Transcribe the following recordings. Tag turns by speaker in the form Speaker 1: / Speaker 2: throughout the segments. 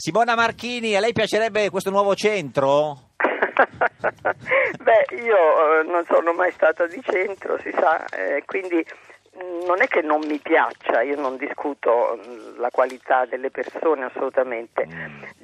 Speaker 1: Simona Marchini, a lei piacerebbe questo nuovo centro?
Speaker 2: Beh, io eh, non sono mai stata di centro, si sa, eh, quindi mh, non è che non mi piaccia, io non discuto mh, la qualità delle persone assolutamente.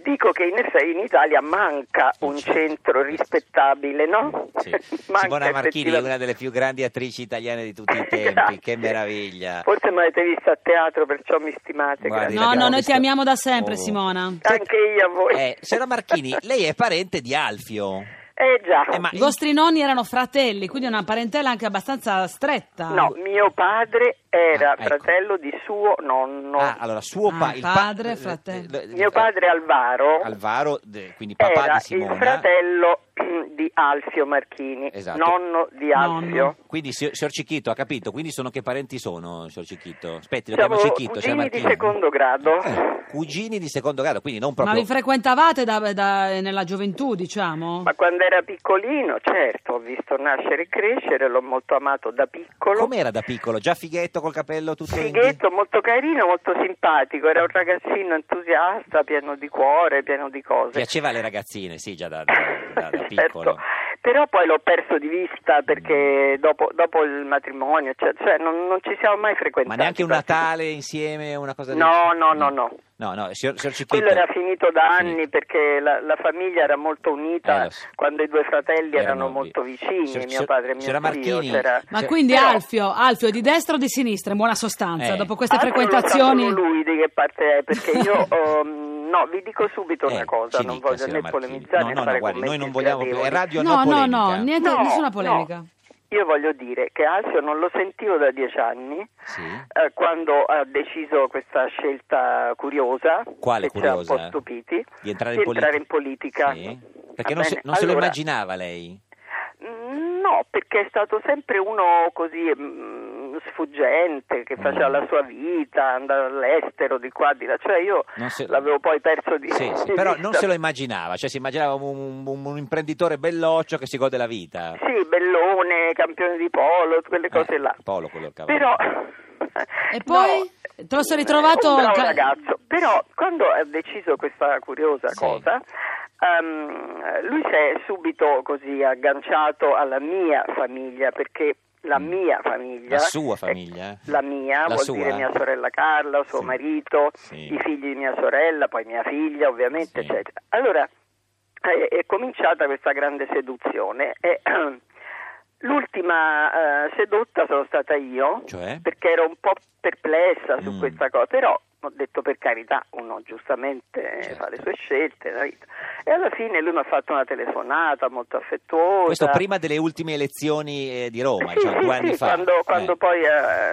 Speaker 2: Dico che in effetti in Italia manca un centro rispettabile, no?
Speaker 1: Sì. Simona Marchini è una
Speaker 2: effettivamente.
Speaker 1: delle più grandi attrici italiane di tutti i tempi, che
Speaker 2: Grazie.
Speaker 1: meraviglia.
Speaker 2: Forse mi avete vista a teatro, perciò mi stimate.
Speaker 1: Guardi,
Speaker 2: grazie.
Speaker 1: l'abbiamo
Speaker 3: No, no, noi ti
Speaker 1: visto.
Speaker 3: amiamo da sempre,
Speaker 1: Oh.
Speaker 3: Simona.
Speaker 2: Anche io a voi.
Speaker 1: Eh, signora Marchini, lei è parente di Alfio.
Speaker 2: Eh già.
Speaker 1: Eh, ma-
Speaker 3: I vostri nonni erano fratelli, quindi una parentela anche abbastanza stretta.
Speaker 2: No, mio padre era
Speaker 1: Ah, ecco.
Speaker 2: fratello di suo nonno.
Speaker 1: Ah, allora, suo pa-
Speaker 3: Ah,
Speaker 1: il pa-
Speaker 3: padre,
Speaker 1: eh,
Speaker 3: fratello.
Speaker 1: eh, eh,
Speaker 2: Mio padre Alvaro
Speaker 1: Alvaro, de- quindi papà
Speaker 2: era
Speaker 1: di
Speaker 2: il
Speaker 1: Simona.
Speaker 2: fratello di Alfio Marchini,
Speaker 1: Esatto.
Speaker 2: nonno di Alfio.
Speaker 3: Nonno.
Speaker 1: Quindi, si- signor Cicchito, ha capito? Quindi sono che parenti sono, signor Cicchito? Aspetti, lo
Speaker 2: Siamo
Speaker 1: chiamo Cicchito. signora
Speaker 2: cugini di
Speaker 1: Marchini.
Speaker 2: secondo grado.
Speaker 1: Eh, cugini di secondo grado, quindi non
Speaker 3: Ma
Speaker 1: proprio...
Speaker 3: vi frequentavate da- da- nella gioventù, diciamo?
Speaker 2: Ma quando era piccolino, certo, ho visto nascere e crescere, l'ho molto amato da piccolo.
Speaker 1: Com'era da piccolo? Già fighetto col capello tutto in-
Speaker 2: Fighetto, molto carino, molto simpatico, era un ragazzino entusiasta, pieno di cuore, pieno di cose.
Speaker 1: Piaceva alle ragazzine, sì, già da, da- da- da piccolo. Mm.
Speaker 2: Certo. Però poi l'ho perso di vista perché dopo, dopo il matrimonio, cioè, cioè non, non ci siamo mai frequentati.
Speaker 1: Ma neanche un Natale insieme, una cosa del-
Speaker 2: Certo. No, no, no, no.
Speaker 1: No, no, signor, signor Cicchito...
Speaker 2: Quello era finito da anni
Speaker 1: Finito.
Speaker 2: perché la, la famiglia era molto
Speaker 1: Eh,
Speaker 2: unita
Speaker 1: lo so.
Speaker 2: quando i due fratelli erano,
Speaker 1: Erano
Speaker 2: molto
Speaker 1: vi-
Speaker 2: vicini,
Speaker 1: Signor-
Speaker 2: mio padre e mio
Speaker 1: signora
Speaker 2: zio.
Speaker 1: Marchini,
Speaker 2: c'era-
Speaker 3: Ma
Speaker 1: Cioè-
Speaker 3: quindi
Speaker 2: Però-
Speaker 3: Alfio, Alfio di destra o di sinistra, in buona sostanza,
Speaker 1: Eh.
Speaker 3: dopo queste
Speaker 2: Altro lo sa
Speaker 3: frequentazioni?
Speaker 2: solo lui di che parte è perché io ehm, no vi dico subito
Speaker 1: Eh,
Speaker 2: una cosa
Speaker 1: ci
Speaker 2: non
Speaker 1: dica,
Speaker 2: voglio
Speaker 1: signora
Speaker 2: né
Speaker 1: Marchini.
Speaker 2: polemizzare
Speaker 1: No,
Speaker 2: né
Speaker 1: no, no,
Speaker 2: fare
Speaker 1: guardi, noi non
Speaker 2: commenti
Speaker 1: vogliamo... È
Speaker 2: sgradevoli.
Speaker 1: radio
Speaker 3: No,
Speaker 1: no
Speaker 3: no,
Speaker 1: polemica.
Speaker 3: no, niente,
Speaker 2: No,
Speaker 3: nessuna
Speaker 2: no.
Speaker 3: polemica.
Speaker 2: io voglio dire che Alfio non lo sentivo da dieci anni
Speaker 1: Sì.
Speaker 2: eh, quando ha deciso questa scelta curiosa,
Speaker 1: Quale
Speaker 2: che ci ha
Speaker 1: curiosa?
Speaker 2: un po' stupiti,
Speaker 1: Di entrare,
Speaker 2: di entrare in politica.
Speaker 1: Sì.
Speaker 2: Va
Speaker 1: Perché non, se,
Speaker 2: bene,
Speaker 1: non se lo
Speaker 2: allora,
Speaker 1: immaginava lei.
Speaker 2: mh, No, perché è stato sempre uno così mh, sfuggente che faceva
Speaker 1: Mm.
Speaker 2: la sua vita, andava all'estero di qua di là, cioè io
Speaker 1: Non se-
Speaker 2: l'avevo poi perso di,
Speaker 1: Sì, sì,
Speaker 2: di
Speaker 1: però
Speaker 2: vista.
Speaker 1: non se lo immaginava, cioè si immaginava un, un- un imprenditore belloccio che si gode la vita.
Speaker 2: Sì, bellone, campione di polo, quelle cose
Speaker 1: Eh,
Speaker 2: là.
Speaker 1: Polo quello il cavallo.
Speaker 2: Però
Speaker 3: E poi? Te lo sei ritrovato
Speaker 2: un bravo
Speaker 3: ca-
Speaker 2: ragazzo, però quando ha deciso questa curiosa
Speaker 1: Sì.
Speaker 2: cosa, ehm, lui si è subito così agganciato alla mia famiglia perché la
Speaker 1: Mm.
Speaker 2: mia famiglia
Speaker 1: La sua famiglia? eh?
Speaker 2: la mia,
Speaker 1: La
Speaker 2: vuol
Speaker 1: sua?
Speaker 2: dire mia sorella Carla, suo
Speaker 1: Sì.
Speaker 2: marito,
Speaker 1: Sì.
Speaker 2: i figli di mia sorella, poi mia figlia
Speaker 1: Sì.
Speaker 2: ovviamente, eccetera. Allora eh, è, cominciata questa grande seduzione e l'ultima eh, sedotta sono stata io
Speaker 1: Cioè?
Speaker 2: perché ero un po' perplessa su
Speaker 1: Mm.
Speaker 2: questa cosa, però ho detto per carità, uno giustamente eh,
Speaker 1: Certo.
Speaker 2: fa le sue scelte, la vita. E alla fine lui mi ha fatto una telefonata molto affettuosa.
Speaker 1: Questo prima delle ultime elezioni eh, di Roma,
Speaker 2: Sì,
Speaker 1: diciamo,
Speaker 2: sì,
Speaker 1: due anni
Speaker 2: sì,
Speaker 1: fa.
Speaker 2: quando- quando poi, eh,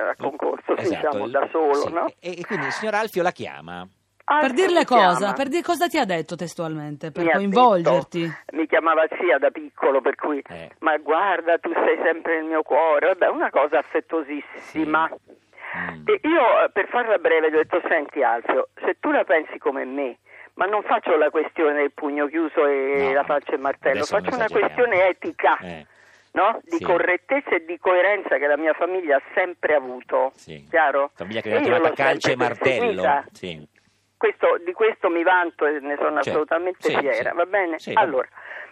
Speaker 2: ha concorso,
Speaker 1: Esatto,
Speaker 2: diciamo,
Speaker 1: il-
Speaker 2: da solo,
Speaker 1: sì. Eh.
Speaker 2: no?
Speaker 1: E, e quindi il signor Alfio la chiama.
Speaker 3: Per
Speaker 2: Alfio
Speaker 3: dirle
Speaker 2: mi
Speaker 3: cosa?
Speaker 2: chiama.
Speaker 3: Per dire cosa ti ha detto testualmente? Per
Speaker 2: Mi ha
Speaker 3: coinvolgerti?
Speaker 2: detto- mi chiamava zia da piccolo, per cui,
Speaker 1: Eh.
Speaker 2: ma guarda, tu sei sempre nel mio cuore, vabbè, una cosa affettuosissima.
Speaker 1: Mm.
Speaker 2: E io, eh, per farla breve, gli ho detto, senti Alfio, se tu la pensi come me, ma non faccio la questione del pugno chiuso e
Speaker 1: No,
Speaker 2: la faccia e il martello,
Speaker 1: adesso non
Speaker 2: faccio una
Speaker 1: esageriamo.
Speaker 2: questione etica,
Speaker 1: Eh,
Speaker 2: no? Di
Speaker 1: Sì.
Speaker 2: correttezza e di coerenza che la mia famiglia ha sempre avuto,
Speaker 1: sì.
Speaker 2: chiaro?
Speaker 1: Famiglia che
Speaker 2: E
Speaker 1: era
Speaker 2: io
Speaker 1: chiamata
Speaker 2: l'ho
Speaker 1: calce e
Speaker 2: sempre
Speaker 1: martello.
Speaker 2: perseguita.
Speaker 1: Sì.
Speaker 2: Questo- di questo mi vanto e ne sono
Speaker 1: Certo.
Speaker 2: assolutamente
Speaker 1: Sì,
Speaker 2: fiera,
Speaker 1: sì.
Speaker 2: va bene?
Speaker 1: Sì, va bene.
Speaker 2: allora,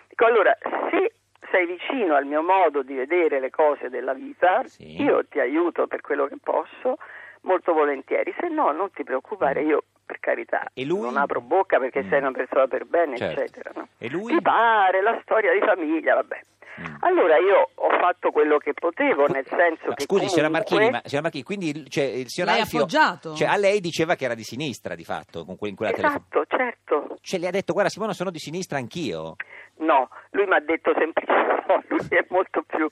Speaker 2: dico, allora, se sei vicino al mio modo di vedere le cose della vita,
Speaker 1: Sì.
Speaker 2: io ti aiuto per quello che posso, molto volentieri, se no non ti preoccupare, io per carità
Speaker 1: Mm. E lui?
Speaker 2: non apro bocca perché
Speaker 1: Mm.
Speaker 2: sei una persona per bene,
Speaker 1: Certo.
Speaker 2: eccetera. no?
Speaker 1: E lui?
Speaker 2: Ti pare la storia di famiglia, vabbè.
Speaker 1: Mm.
Speaker 2: Allora io ho fatto quello che potevo, Ecco, nel senso
Speaker 1: Ma
Speaker 2: che
Speaker 1: scusi, signora
Speaker 2: comunque-
Speaker 1: Marchini, ma, signora Marchini, quindi il- cioè, il signor
Speaker 3: L'hai
Speaker 1: Alfio
Speaker 3: appoggiato?
Speaker 1: cioè, a lei diceva che era di sinistra di fatto con que- in quella telefonata.
Speaker 2: Esatto, certo.
Speaker 1: Cioè, le ha detto, guarda Simona, sono di sinistra anch'io.
Speaker 2: No, lui mi ha detto semplicemente, no, lui è molto più,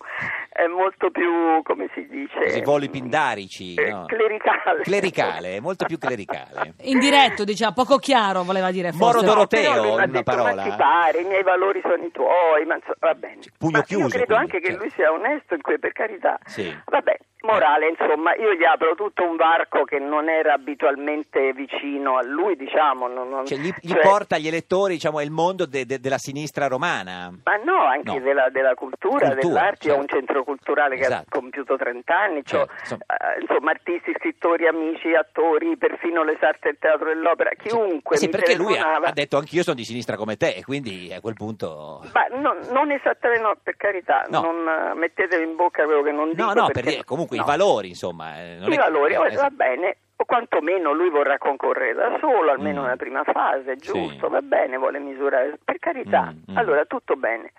Speaker 2: è molto più, come si dice?
Speaker 1: Così, voli pindarici.
Speaker 2: Eh,
Speaker 1: no?
Speaker 2: Clericale.
Speaker 1: Clericale, è molto più clericale.
Speaker 3: In diretto, diciamo, poco chiaro voleva dire
Speaker 1: Moro
Speaker 3: forse.
Speaker 2: No,
Speaker 1: Doroteo,
Speaker 2: però lui mi ha
Speaker 1: in una
Speaker 2: detto,
Speaker 1: parola. eh."
Speaker 2: Ma ti pare, i miei valori sono i tuoi, ma insomma, va bene.
Speaker 1: Pugno
Speaker 2: Ma
Speaker 1: chiuso,
Speaker 2: Io credo
Speaker 1: quindi,
Speaker 2: anche che
Speaker 1: cioè.
Speaker 2: lui sia onesto in cui, per carità.
Speaker 1: Sì.
Speaker 2: Vabbè, morale, insomma, io gli apro tutto un varco che non era abitualmente vicino a lui, diciamo. non- non-
Speaker 1: Cioè, gli, gli
Speaker 2: cioè-
Speaker 1: porta gli elettori, diciamo, è il mondo de- de- della sinistra romana.
Speaker 2: Ma no, anche
Speaker 1: No.
Speaker 2: Della, della cultura,
Speaker 1: Cultura,
Speaker 2: dell'arte,
Speaker 1: certo.
Speaker 2: ho un centro culturale che ha
Speaker 1: Esatto.
Speaker 2: compiuto 30 anni, c'ho,
Speaker 1: Certo, insomma.
Speaker 2: eh, insomma, artisti, scrittori, amici, attori, perfino le sarte del teatro e dell'opera, chiunque
Speaker 1: sì,
Speaker 2: mi
Speaker 1: perché lui ha,
Speaker 2: telefonava-
Speaker 1: ha detto anch'io sono di sinistra come te, e quindi a quel punto...
Speaker 2: Ma no- non esattamente, no, per carità,
Speaker 1: No.
Speaker 2: non eh, mettetevi in bocca quello che non dico.
Speaker 1: No, no, per
Speaker 2: perché-
Speaker 1: dire, comunque
Speaker 2: no.
Speaker 1: i valori, insomma. eh, non
Speaker 2: I
Speaker 1: è-
Speaker 2: valori,
Speaker 1: eh,
Speaker 2: oh, va
Speaker 1: esatto.
Speaker 2: bene, o quantomeno lui vorrà concorrere da solo, almeno
Speaker 1: Mm.
Speaker 2: nella prima fase, giusto,
Speaker 1: Sì.
Speaker 2: va bene, vuole misurare, per carità,
Speaker 1: Mm, mm.
Speaker 2: allora tutto bene.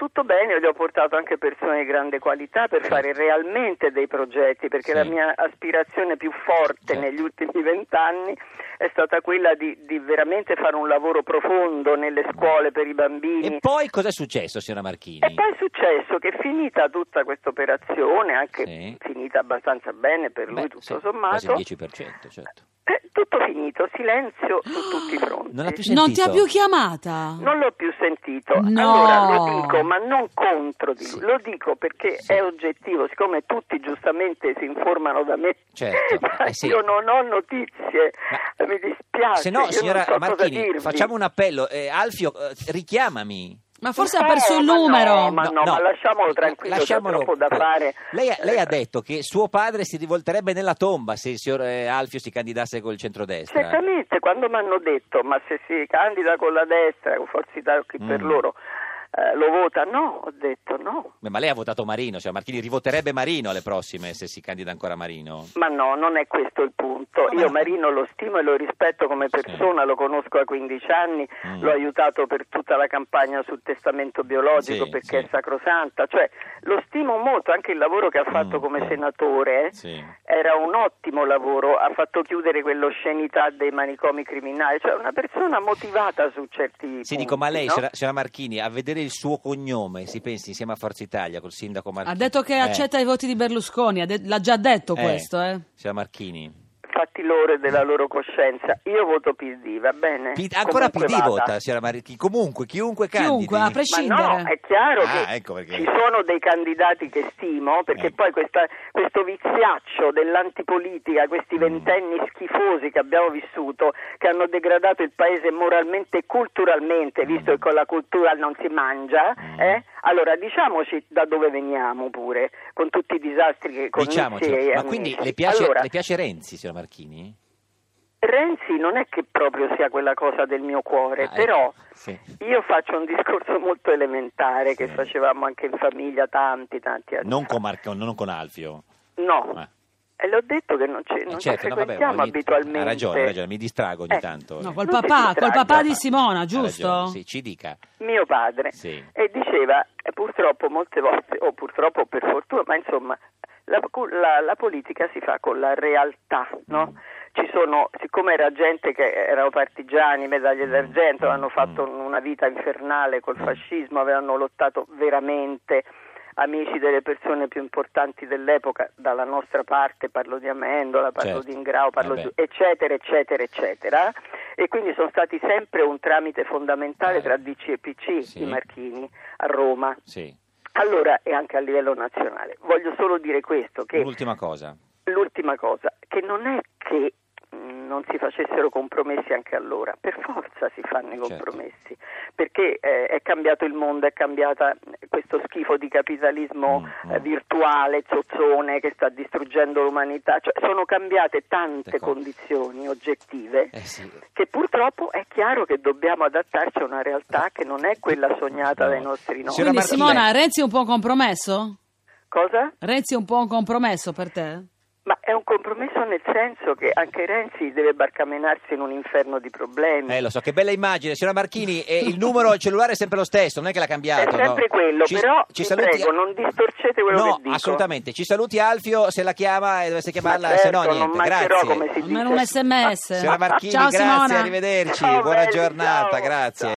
Speaker 2: Tutto bene, io gli ho portato anche persone di grande qualità per
Speaker 1: Certo.
Speaker 2: fare realmente dei progetti, perché
Speaker 1: Sì.
Speaker 2: la mia aspirazione più forte
Speaker 1: Certo.
Speaker 2: negli ultimi vent'anni è stata quella di, di veramente fare un lavoro profondo nelle scuole per i bambini.
Speaker 1: Mm. E poi cos'è successo, signora Marchini?
Speaker 2: E poi è successo che finita tutta questa operazione, anche
Speaker 1: Sì.
Speaker 2: finita abbastanza bene per lui
Speaker 1: Beh,
Speaker 2: tutto
Speaker 1: sì,
Speaker 2: sommato,
Speaker 1: Quasi il 10%, certo.
Speaker 2: eh, tutto finito, silenzio su tutti i fronti.
Speaker 1: Non l'ha più
Speaker 3: Non ti ha
Speaker 1: sentito.
Speaker 3: più chiamata?
Speaker 2: Non l'ho più sentito.
Speaker 3: No.
Speaker 2: Allora lo dico, ma non contro di
Speaker 1: Sì.
Speaker 2: lui, lo dico perché
Speaker 1: Sì.
Speaker 2: è oggettivo, siccome tutti giustamente si informano da me.
Speaker 1: Certo,
Speaker 2: ma
Speaker 1: eh sì.
Speaker 2: Io non ho notizie,
Speaker 1: Ma-
Speaker 2: mi dispiace.
Speaker 1: Se
Speaker 2: Ah, io
Speaker 1: no,
Speaker 2: non
Speaker 1: signora
Speaker 2: so cosa
Speaker 1: Marchini,
Speaker 2: dirvi.
Speaker 1: facciamo un appello. Eh, Alfio, eh, richiamami.
Speaker 3: Ma forse ha
Speaker 2: Eh,
Speaker 3: perso il
Speaker 2: ma no,
Speaker 3: numero.
Speaker 2: ma- no, lasciamolo tranquillo, c'è troppo da fare.
Speaker 1: Lei, ha- lei
Speaker 2: Eh.
Speaker 1: ha detto che suo padre si rivolterebbe nella tomba se il signor eh, Alfio si candidasse col centrodestra.
Speaker 2: Certamente, quando mi hanno detto ma se si candida con la destra, con Forza Italia, chi
Speaker 1: Mm.
Speaker 2: per loro, eh, lo vota no, ho detto no.
Speaker 1: Beh, Ma lei ha votato Marino, cioè Marchini rivoterebbe Marino alle prossime se si candida ancora Marino.
Speaker 2: Ma no, non è questo il punto.
Speaker 1: No, ma
Speaker 2: Io
Speaker 1: no.
Speaker 2: Marino lo stimo e lo rispetto come
Speaker 1: Sì.
Speaker 2: persona, lo conosco a 15 anni,
Speaker 1: Mm.
Speaker 2: l'ho aiutato per tutta la campagna sul testamento biologico
Speaker 1: Sì,
Speaker 2: perché
Speaker 1: sì.
Speaker 2: è sacrosanta, cioè lo stimo molto, anche il lavoro che ha fatto
Speaker 1: Mm.
Speaker 2: come senatore. eh.
Speaker 1: Sì.
Speaker 2: Era un ottimo lavoro, ha fatto chiudere quell'oscenità dei manicomi criminali, cioè una persona motivata su certi
Speaker 1: Sì,
Speaker 2: punti,
Speaker 1: dico, ma lei,
Speaker 2: no?
Speaker 1: signora signora Marchini, a vedere il suo cognome, si pensi insieme a Forza Italia, col sindaco Marchini.
Speaker 3: Ha detto che
Speaker 1: Eh,
Speaker 3: accetta i voti di Berlusconi, ha de- l'ha già detto
Speaker 1: eh,
Speaker 3: questo, eh.
Speaker 1: Signora Marchini.
Speaker 2: fatti loro e della loro coscienza. Io voto PD, va bene?
Speaker 1: P- ancora
Speaker 2: Eh, Comunque
Speaker 1: PD
Speaker 2: vada.
Speaker 1: vota, signora Marchini. Comunque, chiunque candidi.
Speaker 3: Chiunque, a
Speaker 2: Ma
Speaker 3: prescindere.
Speaker 2: no, è chiaro
Speaker 1: Ah,
Speaker 2: che
Speaker 1: ecco perché-
Speaker 2: ci sono dei candidati che stimo, perché
Speaker 1: Eh.
Speaker 2: poi questa- questo viziaccio dell'antipolitica, questi
Speaker 1: Mm.
Speaker 2: ventenni schifosi che abbiamo vissuto, che hanno degradato il paese moralmente e culturalmente, visto
Speaker 1: Mm.
Speaker 2: che con la cultura non si mangia,
Speaker 1: Mm.
Speaker 2: eh? allora diciamoci da dove veniamo pure, con tutti i disastri che con
Speaker 1: Diciamocelo.
Speaker 2: Nizzi e
Speaker 1: Ma
Speaker 2: amici.
Speaker 1: quindi le piace,
Speaker 2: eh, Allora,
Speaker 1: le piace Renzi, signora Marchini?
Speaker 2: Renzi non è che proprio sia quella cosa del mio cuore,
Speaker 1: Ah, ecco,
Speaker 2: però
Speaker 1: sì.
Speaker 2: io faccio un discorso molto elementare che
Speaker 1: Sì.
Speaker 2: facevamo anche in famiglia tanti, tanti anni.
Speaker 1: Non
Speaker 2: fa.
Speaker 1: con, Marco- non con Alfio.
Speaker 2: No,
Speaker 1: Ah,
Speaker 2: e l'ho detto che non, ci,
Speaker 1: eh,
Speaker 2: non ci
Speaker 1: certo, no, vabbè,
Speaker 2: frequentiamo
Speaker 1: ogni-
Speaker 2: abitualmente.
Speaker 1: Ha ragione, ha ragione, mi distrago ogni
Speaker 2: Eh,
Speaker 1: tanto.
Speaker 3: No, col
Speaker 2: Non si
Speaker 3: papà, col
Speaker 2: distragga.
Speaker 3: papà di
Speaker 1: Ha
Speaker 3: Simona,
Speaker 1: ragione,
Speaker 3: giusto?
Speaker 1: Sì, ci dica.
Speaker 2: Mio padre.
Speaker 1: Sì.
Speaker 2: E diceva, eh, purtroppo molte volte, o purtroppo per fortuna, ma insomma, la, la- la politica si fa con la realtà,
Speaker 1: Mm.
Speaker 2: no? Ci sono, siccome era gente che erano partigiani, medaglie
Speaker 1: Mm.
Speaker 2: d'argento, hanno fatto una vita infernale col fascismo, avevano lottato veramente, amici delle persone più importanti dell'epoca, dalla nostra parte, parlo di Amendola, parlo
Speaker 1: Certo.
Speaker 2: di Ingrao, parlo
Speaker 1: Vabbè.
Speaker 2: di eccetera, eccetera, eccetera. E quindi sono stati sempre un tramite fondamentale tra DC e PC,
Speaker 1: Sì.
Speaker 2: i Marchini, a Roma.
Speaker 1: Sì.
Speaker 2: Allora, e anche a livello nazionale. Voglio solo dire questo, che
Speaker 1: Un'ultima cosa.
Speaker 2: l'ultima cosa, che non è che mh, non si facessero compromessi anche allora, per forza si fanno i
Speaker 1: Certo.
Speaker 2: compromessi, perché eh, è cambiato il mondo, è cambiata mh, questo schifo di capitalismo
Speaker 1: Mm,
Speaker 2: eh,
Speaker 1: mm.
Speaker 2: virtuale, zozzone che sta distruggendo l'umanità, cioè sono cambiate tante
Speaker 1: D'accordo.
Speaker 2: condizioni oggettive
Speaker 1: Eh sì.
Speaker 2: che purtroppo è chiaro che dobbiamo adattarci a una realtà che non è quella sognata dai nostri nonni.
Speaker 1: Signora
Speaker 3: Quindi
Speaker 1: Martini-
Speaker 3: Simona, Renzi è un po' un compromesso?
Speaker 2: Cosa?
Speaker 3: Renzi è un po' un compromesso per te?
Speaker 2: Ma è un compromesso nel senso che anche Renzi deve barcamenarsi in un inferno di problemi.
Speaker 1: Eh, lo so, che bella immagine, signora Marchini. eh, il numero al cellulare è sempre lo stesso, non è che l'ha cambiato.
Speaker 2: È sempre
Speaker 1: no?
Speaker 2: quello, però vi prego, non distorcete quello
Speaker 1: no,
Speaker 2: che dico.
Speaker 1: assolutamente. Ci saluti, Alfio. Se la chiama e dovesse chiamarla,
Speaker 2: Ma certo,
Speaker 1: se no,
Speaker 2: non
Speaker 1: niente.
Speaker 2: mancherò
Speaker 1: Grazie.
Speaker 2: come si dice.
Speaker 3: Almeno un sms.
Speaker 1: Signora Marchini,
Speaker 3: Ciao
Speaker 1: grazie,
Speaker 3: Simona.
Speaker 1: arrivederci.
Speaker 2: Ciao,
Speaker 1: Buona
Speaker 2: belli,
Speaker 1: giornata,
Speaker 2: ciao.
Speaker 1: grazie.